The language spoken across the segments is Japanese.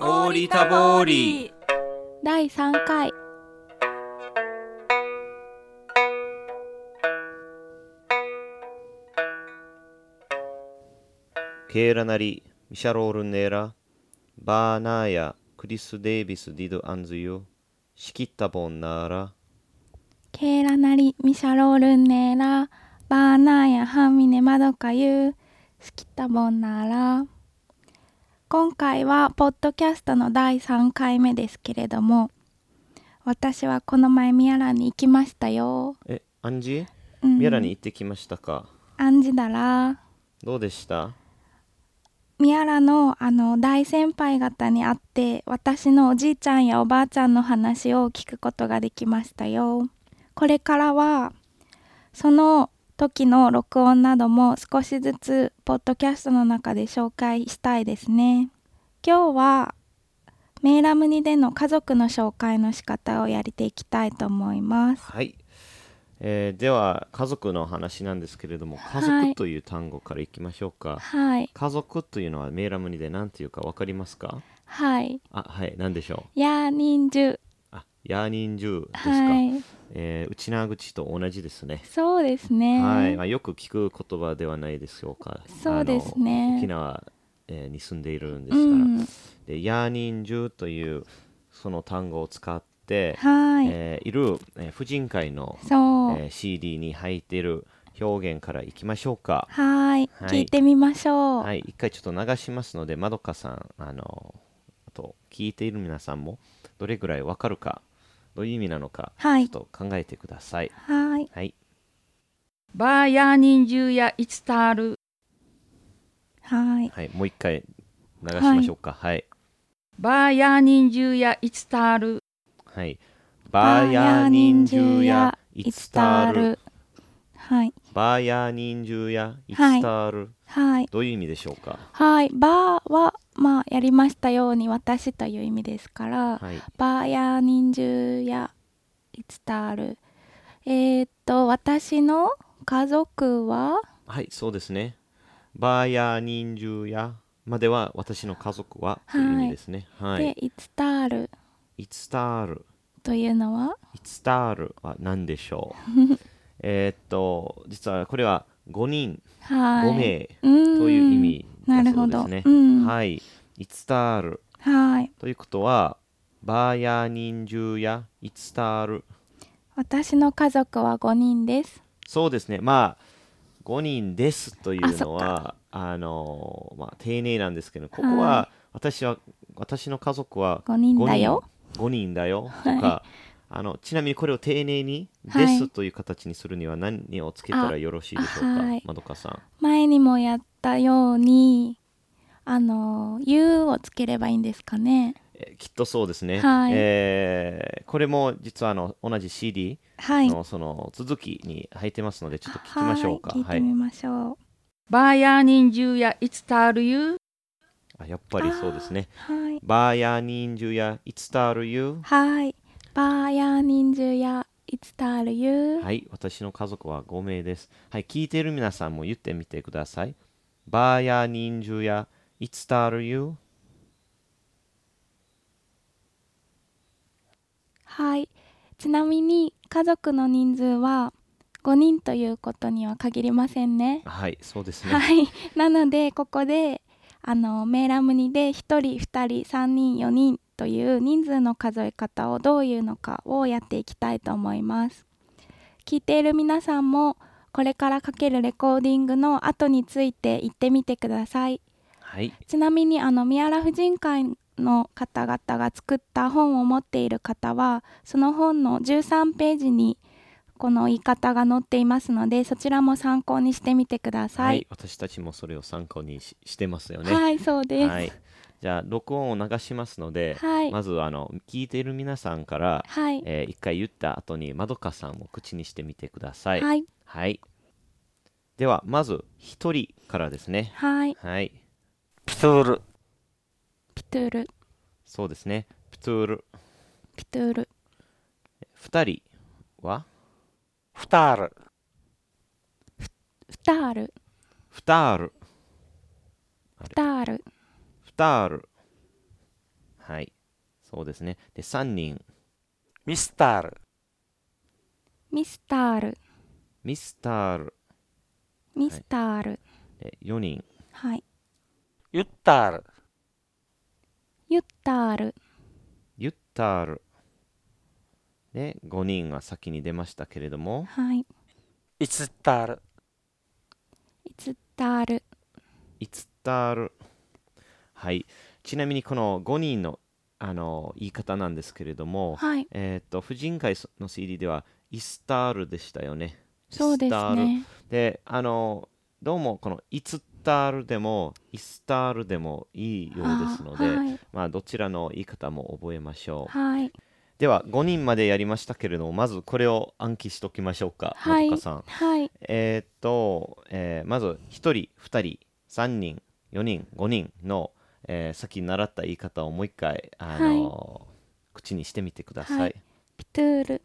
ーリタボーリ第3回ケーラなり、ミシャロールネーラ、バーナーやクリス・デイビス・ディド・アンズユ、シキッタボンナーラ、ケーラなりミシャロールンネーラバーナーやハンミネマドカユースキッタボンナーラ今回はポッドキャストの第3回目ですけれども私はこの前ミヤラに行きましたよ、え、アンジうんミヤラに行ってきましたかアンジダラどうでしたミヤラのあの大先輩方に会って私のおじいちゃんやおばあちゃんの話を聞くことができましたよ。これからはその時の録音なども少しずつポッドキャストの中で紹介したいですね。今日はメイラムニでの家族の紹介の仕方をやりていきたいと思います。はい、えーでは、家族の話なんですけれども、はい家族という単語からいきましょうか。はい家族というのはメーラムニで何ていうかわかりますかはい。あ、はい、何でしょうヤーニンジュあ、ヤーニンジュですか、はい。えー、内縄口と同じですね。そうですね。はい、まあ、よく聞く言葉ではないでしょうか。そうですねあの沖縄、えーに住んでいるんですうから。ん。で、ヤーニンジュというその単語を使って、はい。えーいる、えー婦人会の、えそう、ー CD に入っている表現からいきましょうか。はーいはい聞いてみましょうはい、一回ちょっと流しますので、まどかさん、あの、あと聞いている皆さんもどれぐらいわかるか、どういう意味なのか、はいちょっと考えてください。はーいはい、バーヤーニンジュやイツタールはーいはい、もう一回流しましょうか。はいバーヤーニンジュやイツタールはい。バーヤーニンジュやイいツつタたーあル。るはいバーヤーニンジュやイツタール。はいどういう意味でしょうかはいバーはまあやりましたように私という意味ですから、はい。バーや人数やいつたあるえー、っと私の家族ははい、そうですね。バーヤーニンジュやまでは私の家族はとはいいう意味ですね。はでい。いつたあるイツタール。というのはイツタールは何でしょう えーっと、実はこれは5人、はい5名うーんという意味なだるそほうでどすね。うんはい。イツタール。はいということは、バーヤーニンジュやイツタール。私の家族は5人です。そうですね、まあ、5人ですといあうそのっは、あのまあ、丁寧なんですけど、ここはは、私は、私の家族は5人だよ。 5人だよとか、あの、ちなみにこれを丁寧に、はいですという形にするには何をつけたらよろしいでしょうあかはい、まどかさん。前にもやったように、あの、U をつければいいんですかね。えきっとそうですね、はいえーこれも実はあの同じ CD はい。のその続きに入ってますのでちょっと聞きましょうかはい聞いてみましょう。バーヤーニンジュやイツタールユあやっぱりそうですねはい。バーヤーニンジュやイツタールユーはい。バーや人数やいつたある U。 はい、私の家族は5名です。はい、聞いている皆さんも言ってみてください。バーやニンジュやいつたるゆはい。ちなみに家族の人数は5人ということには限りませんね。はい、そうですね。はい、なのでここであのメーラムニで1人2人3人4人という人数の数え方をどういうのかをやっていきたいと思います聞いている皆さんもこれからかけるレコーディングの後について言ってみてくださいはい、ちなみにあの宮良婦人会の方々が作った本を持っている方はその本の13ページにこの言い方が載っていますのでそちらも参考にしてみてくださはいい、私たちもそれを参考にししてますよね。はい、そうです。ははいい、じゃあ、録音を流しますので、はいまずあの聞いている皆さんから、はい、えー一回言った後にまどかさんを口にしてみてください。、はいい、はい、では、まず一人からですね。はい、はい、ピトール、ピトゥール、そうですね。プトゥールピトゥール、二人はフタール、フタール、フタール、フタール、フタール。はい。そうですね。で、3人。ミスタール、ミスタール、ミスタール。ミスタール、で、4人。はい、ユッタール、ユッタール、ユッタール。で、5人は先に出ましたけれども、はい、イツッタール、イツタール、イツタール。はい。ちなみにこの5人のあの言い方なんですけれども、はい、えっ、と、婦人会の CD ではイスタールでしたよね。そうでイスタすール。ね。で、あの、どうもこのイツタールでもイスタールでもいいようですので、あーまあどちらの言い方も覚えましょう。はい、はい、では5人までやりましたけれどもまずこれを暗記しておきましょうか、はいまどかさん。はい、えーっと、えーまず1人2人3人4人5人の、えーさっき習った言い方をもう一回、あのー口にしてみてください。はいピトゥール、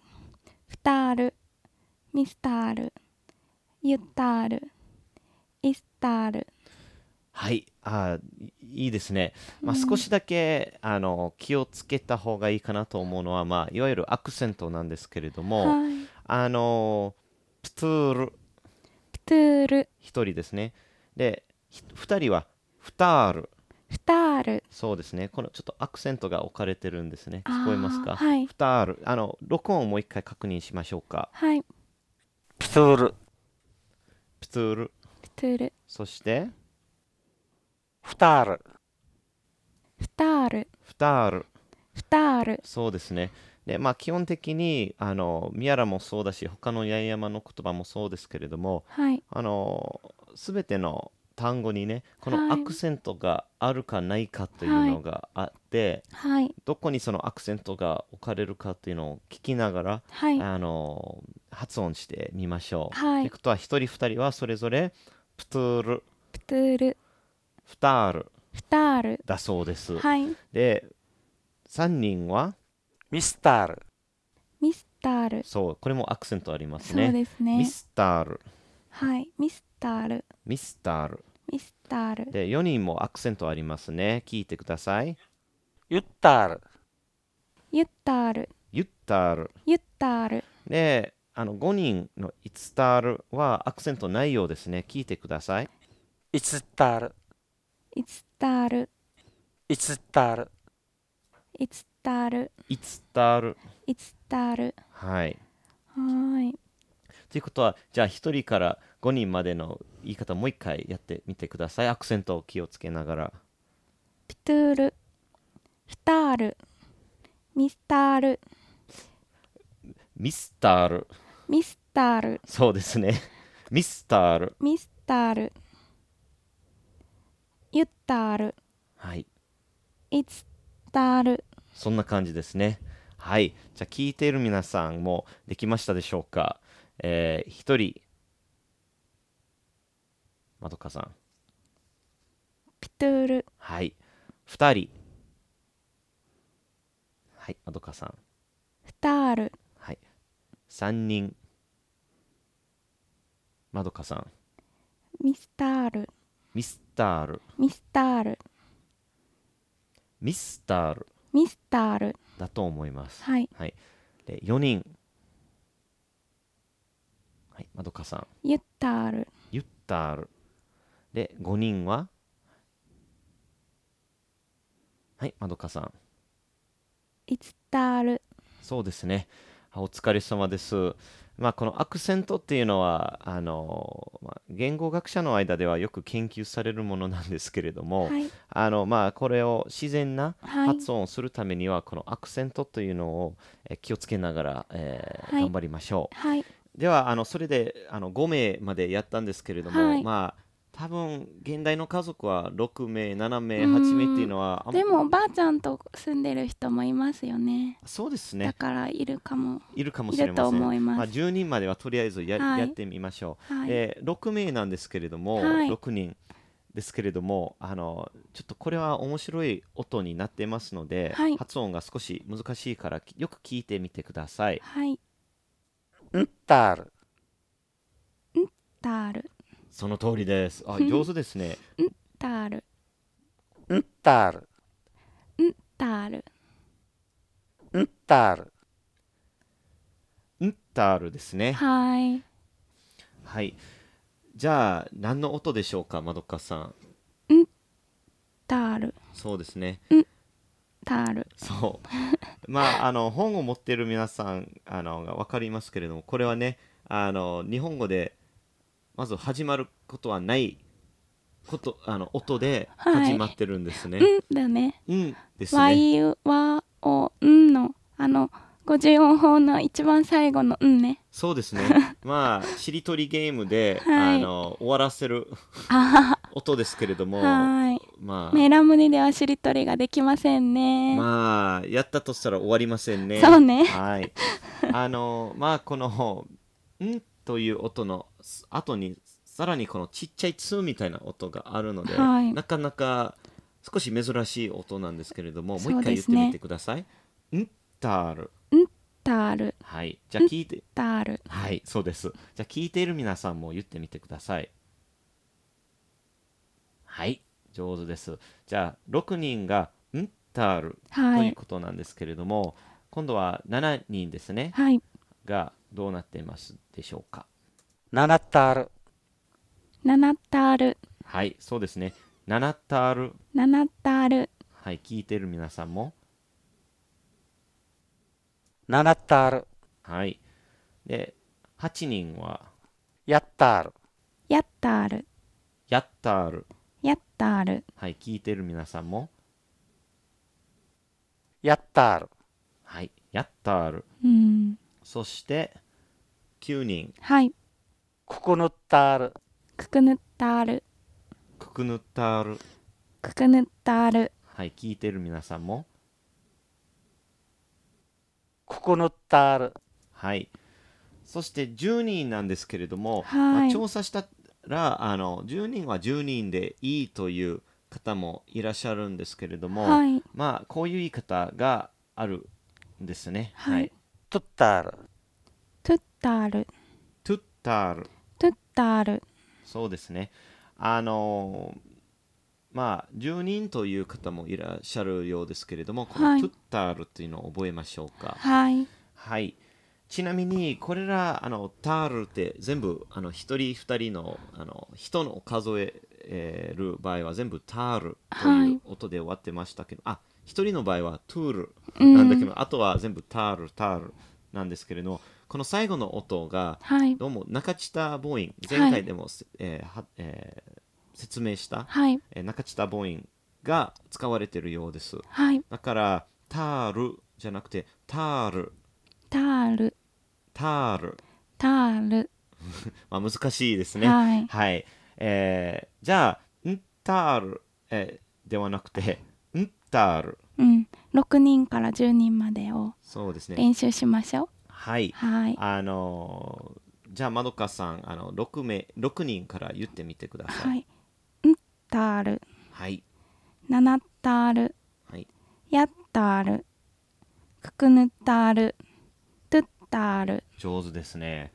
フタール、ミスタール、ユッタール、イスタール、はい、あーいいいですね、まあ、うん少しだけ、あの気をつけた方がいいかなと思うのは、まあ、いわゆるアクセントなんですけれども、はい、あのプトゥールピトゥール、 1人ですねでひ2人はフタールフタール、そうですねこのちょっとアクセントが置かれてるんですねあー聞こえますか、はいフタールあの録音をもう一回確認しましょうかはい、プツール、プトゥールピトゥール、そしてフタール、フタール、フタールフタール、そうですね。でまあ、基本的にあの宮良もそうだし他の八重山の言葉もそうですけれどもはい、あの全ての単語にねこはいのアクセントがあるかないかというのがあって、はい、どこにそのアクセントが置かれるかというのを聞きながら、はい、あの発音してみましょう。はいということは1人2人はそれぞれプトゥールプトゥール、フタールフタール、だそうです。はい、で3人はミスタール、ミスタール、そうこれもアクセントありますそうね。ですミね。スタールはい、ミスタール、ミスタール。ミスタール、で、4人もアクセントありますね。聞いてください。ユッタール、ユッタール、ユッタール。ユッタール、で、あの5人のイツタールはアクセントないようですね。聞いてください。イツッタール、イツタール、イツッタール、イツタール、イツタール。イツタール、はい。はーい、ということは、じゃあ1人から5人までの言い方もう一回やってみてください。アクセントを気をつけながら。ピトゥール、フタール、ミスタール、ミスタール。ミスタール、そうですね。ミスタール。ミスタール、ユッタール、はい。イツタール、そんな感じですね。はい。じゃあ聞いている皆さんもできましたでしょうか。えー、一人。まどかさん。ピトゥール、はい。二人。はい。まどかさん。フタール、はい。三人。まどかさん。ミスタール、ミスタール。ミスタール、ミスタールミスタール、だと思います。はい、はい。で、四人。はい。まどかさん。ユッタール、ユッタール。で、5人ははい、まどかさん。イツタール、そうですね。あお疲れ様です。まあ、このアクセントっていうのは、あの、まあ、言語学者の間ではよく研究されるものなんですけれども、はい、あの、まあ、これを自然なはい、発音をするためには、このアクセントというのをえ気をつけながら、えーはい頑張りましょう。はい、ではあのそれであの5名までやったんですけれども、はいまあ多分現代の家族は6名7名うん8名っていうのはあんでもおばあちゃんと住んでる人もいますよねそうですだねからいるかもいるかもいしれるまとせん思いままあ、す10人まではとりあえずや,、はいやってみましょう、はい、で6名なんですけれども、はい6人ですけれどもあのちょっとこれは面白い音になってますので、はい発音が少し難しいからきよく聞いてみてくださいはいウッタール、タールその通りです あ上手ですねタールウッタール、タールんたるんたるですね。はいはい。じゃあ、何の音でしょうか、まどかさん。タールそうですね。タール そう。まあ、あの、本を持っている皆さん、あの、がわかりますけれども、これはね、あの、日本語で、まず始まることはない、こと、あの、音ではい始まってるんですね。うんだねうんですわね。いうわおんのあの54法の一番最後のうんねそうで すね。まあ、しりとりゲームで、はいあの、終わらせるあ音ですけれども、はいまあ、メラムネではしりとりができませんね、まあ、やったとしたら終わりませんね。そうねはい。あの、まあ、この、んという音のす後に、さらにこのちっちゃいツーみたいな音があるので、はいなかなか少し珍しい音なんですけれども、もうそ一う回で言っすてねみてください。んたる。タールはい。じゃあ聞いて、タールはい、そうです。じゃあ聞いている皆さんも言ってみてください。はい、上手です。じゃあ6人がんたるはといういことなんですけれども、今度は7人ですね、はいがどうなっていますでしょうか。ななたる7タールはい、そうですね。7たる。 7タールはい、聞いている皆さんも。ななたるはい。で、8人はやったるやったーるやったる。やったーるはい、聞いている皆さんも。やったるはい、やったる。うんそして9人。はいくくぬったるくくぬったーるくくぬったる。くくぬったーるはい、聞いてる皆さんも。くくぬったるはい。そして10人なんですけれども、はいまあ調査したらあの10人は10人でいいという方もいらっしゃるんですけれども、はいまあこういう言い方があるんですね。はいとったるトゥッタールトゥッタール。トゥッタールそうですね。あのまあ10人という方もいらっしゃるようですけれども、こはのいトゥッタールというのを覚えましょうか。はいはい。ちなみに、これら、あの、タールって全部、あの、一人二人の、あの、人の数える場合は全部タールとはいいう音で終わってましたけど、あ、一人の場合はトゥールうんなんだけど、あとは全部タール、タールなんですけれども、この最後の音が、はいどうも中下母音、はい前回でもせ、えーはえー説明した、はいえー中下母音が使われているようです。はいだから、タールじゃなくて、タール。タールタール、タールまあ、難しいですね。はい、はいえーじゃあ、んタール、えーではなくて、んタール。うん6人から10人までをそうですね。練習しましょうはい。はいあのーじゃあ、まどかさん、あの6名、六人から言ってみてください。ははい。いんタールはい。 7タールやったーるくくぬったーるとったーる上手ですね。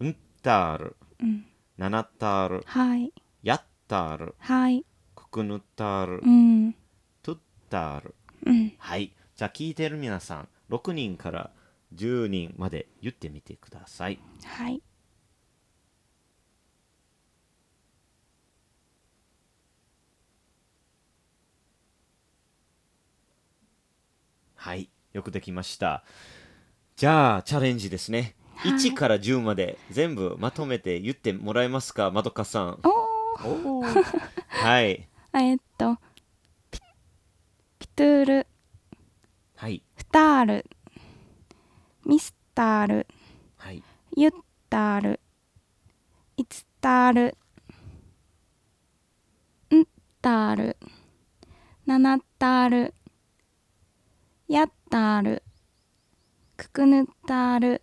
んタール、うんななタール、はいやったール、はいくくぬタールう、んとったール。うんはい。じゃあ、聞いてる皆さん、6人から10人まで言ってみてください。はいはい、よくできました。じゃあ、チャレンジですね。はい1から10まで全部まとめて言ってもらえますか、まどかさん。おおー はい、ーえーっとピピトゥールはい、フタールミスタールはい、ユッタールイツタールンタールナナタールヤッタールククヌタール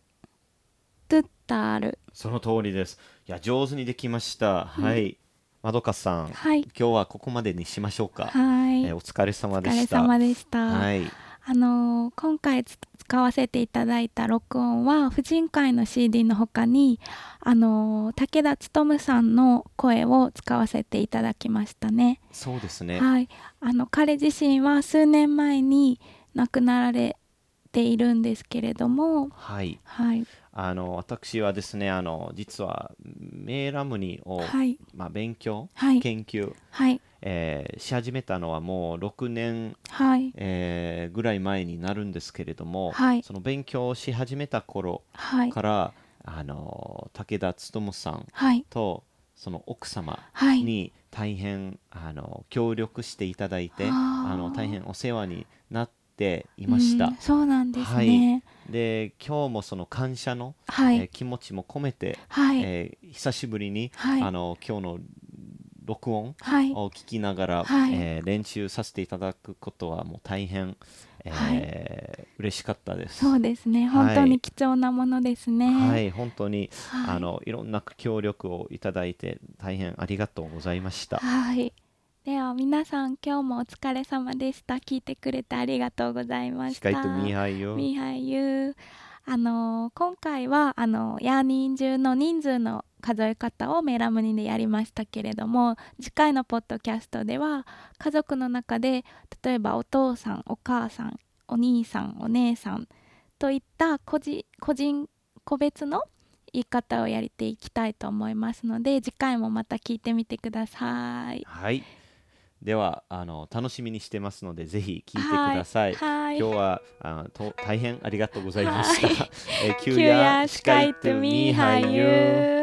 トゥッタールその通りです。いや、上手にできました。はい、まどかさん、はい今日はここまでにしましょうか。はいえーお疲れ様おで疲れした。様でした、はい、あのー今回つ使わせていただいた録音は婦人会の CD の他にあのー武田勉さんの声を使わせていただきましたね。そうですね。はい、あの彼自身は数年前に亡くなられているんですけれども、はい。はい、あの私はですね、あの実はメーラムニを、はい、まあ勉強、はい研究、はい、えーし始めたのはもう6年、はい、えーぐらい前になるんですけれども、はいその勉強をし始めた頃はいか、ら、あの武田勉さんはい、とその奥様はい、に大変あの協力していただいてあーあの大変お世話になっていましたうん。そうなんですね。で今日もその感謝の、はえーい、気持ちも込めて、はい、えー久しぶりに、はいあの今日の録音はい、を聞きながら、はいえー練習させていただくことはもう大変、えー嬉しかったです。そうですね。は本い当に貴重なものですね。はい、本当に、はいあのいろんな協力をいただいて大変ありがとうございました。はい。では皆さん今日もお疲れ様でした。聞いてくれてありがとうございまし。したっかりと見合いを。ミハユあの今回はあのヤーニン中の人数の数え方をメラムニでやりましたけれども次回のポッドキャストでは家族の中で例えばお父さんお母さんお兄さんお姉さんといった個人個人個別の言い方をやりていきたいと思いますので次回もまた聞いてみてください。はい。ではあの楽しみにしてますのでぜひ聞いてください。はい今日はあ と大変ありがとうございました。はい えー、旧夜司会とミーハイユー。